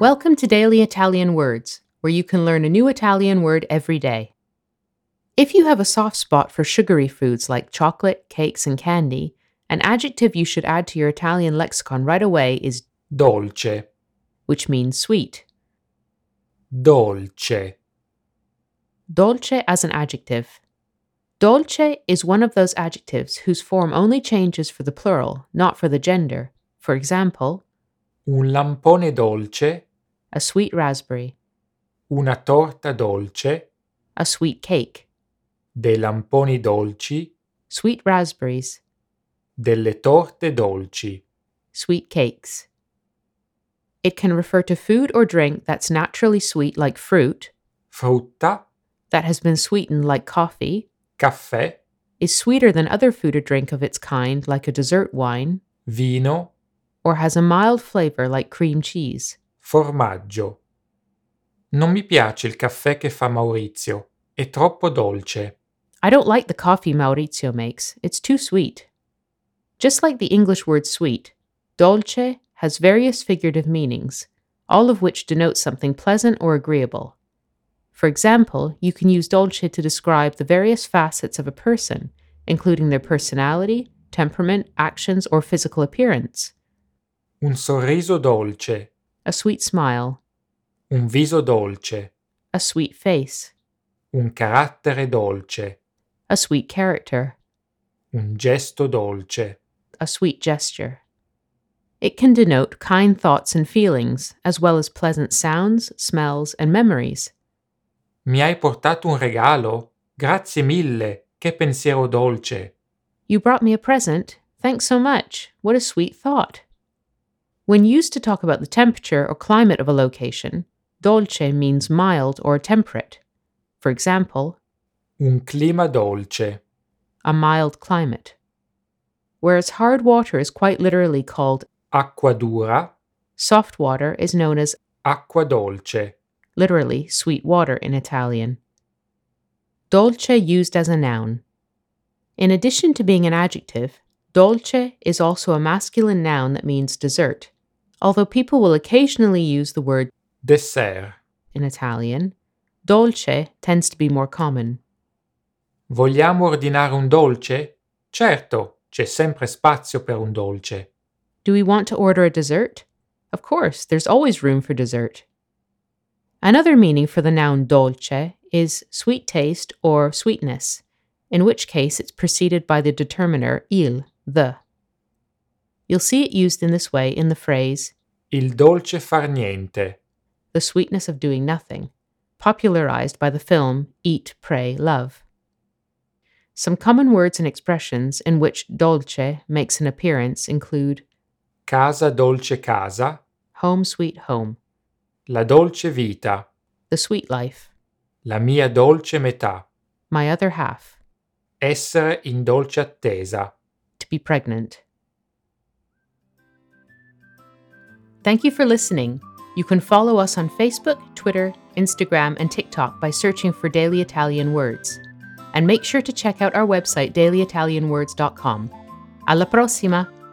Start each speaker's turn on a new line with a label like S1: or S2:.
S1: Welcome to Daily Italian Words, where you can learn a new Italian word every day. If you have a soft spot for sugary foods like chocolate, cakes, and candy, an adjective you should add to your Italian lexicon right away is
S2: dolce,
S1: which means sweet.
S2: dolce,
S1: Dolce as an adjective. Dolce is one of those adjectives whose form only changes for the plural, not for the gender. For example,
S2: un lampone dolce,
S1: a sweet raspberry,
S2: una torta dolce,
S1: a sweet cake,
S2: dei lamponi dolci,
S1: sweet raspberries,
S2: delle torte dolci.
S1: sweet cakes. It can refer to food or drink that's naturally sweet, like fruit,
S2: Frutta,
S1: that has been sweetened, like coffee,
S2: caffè,
S1: is sweeter than other food or drink of its kind, like a dessert wine,
S2: vino,
S1: or has a mild flavor, like cream cheese.
S2: formaggio. Non mi piace il caffè che fa Maurizio, è troppo dolce.
S1: I don't like the coffee Maurizio makes, it's too sweet. Just like the English word sweet, dolce has various figurative meanings, all of which denote something pleasant or agreeable. For example, you can use dolce to describe the various facets of a person, including their personality, temperament, actions, or physical appearance.
S2: Un sorriso dolce,
S1: A sweet smile,
S2: un viso dolce,
S1: a sweet face,
S2: un carattere dolce,
S1: a sweet character,
S2: un gesto dolce.
S1: a sweet gesture. It can denote kind thoughts and feelings, as well as pleasant sounds, smells, and memories.
S2: Mi hai portato un regalo? Grazie mille, che pensiero dolce.
S1: You brought me a present. Thanks so much. What a sweet thought. When used to talk about the temperature or climate of a location, dolce means mild or temperate. For example,
S2: Un clima dolce.
S1: a mild climate. Whereas hard water is quite literally called
S2: Acqua dura,
S1: soft water is known as
S2: acqua dolce.
S1: literally sweet water in Italian. Dolce used as a noun. In addition to being an adjective, dolce is also a masculine noun that means dessert, although people will occasionally use the word
S2: Dessert.
S1: in Italian. Dolce tends to be more common.
S2: Vogliamo ordinare un dolce? Certo, c'è sempre spazio per un dolce.
S1: Do we want to order a dessert? Of course, there's always room for dessert. Another meaning for the noun dolce is sweet taste or sweetness, in which case it's preceded by the determiner il, the. You'll see it used in this way in the phrase,
S2: Il dolce far niente.
S1: the sweetness of doing nothing, popularized by the film Eat, Pray, Love. Some common words and expressions in which dolce makes an appearance include
S2: Casa dolce casa,
S1: home sweet home,
S2: la dolce vita,
S1: the sweet life,
S2: la mia dolce metà,
S1: my other half,
S2: essere in dolce attesa.
S1: to be pregnant. Thank you for listening. You can follow us on Facebook, Twitter, Instagram, and TikTok by searching for Daily Italian Words. And make sure to check out our website, dailyitalianwords.com. Alla prossima!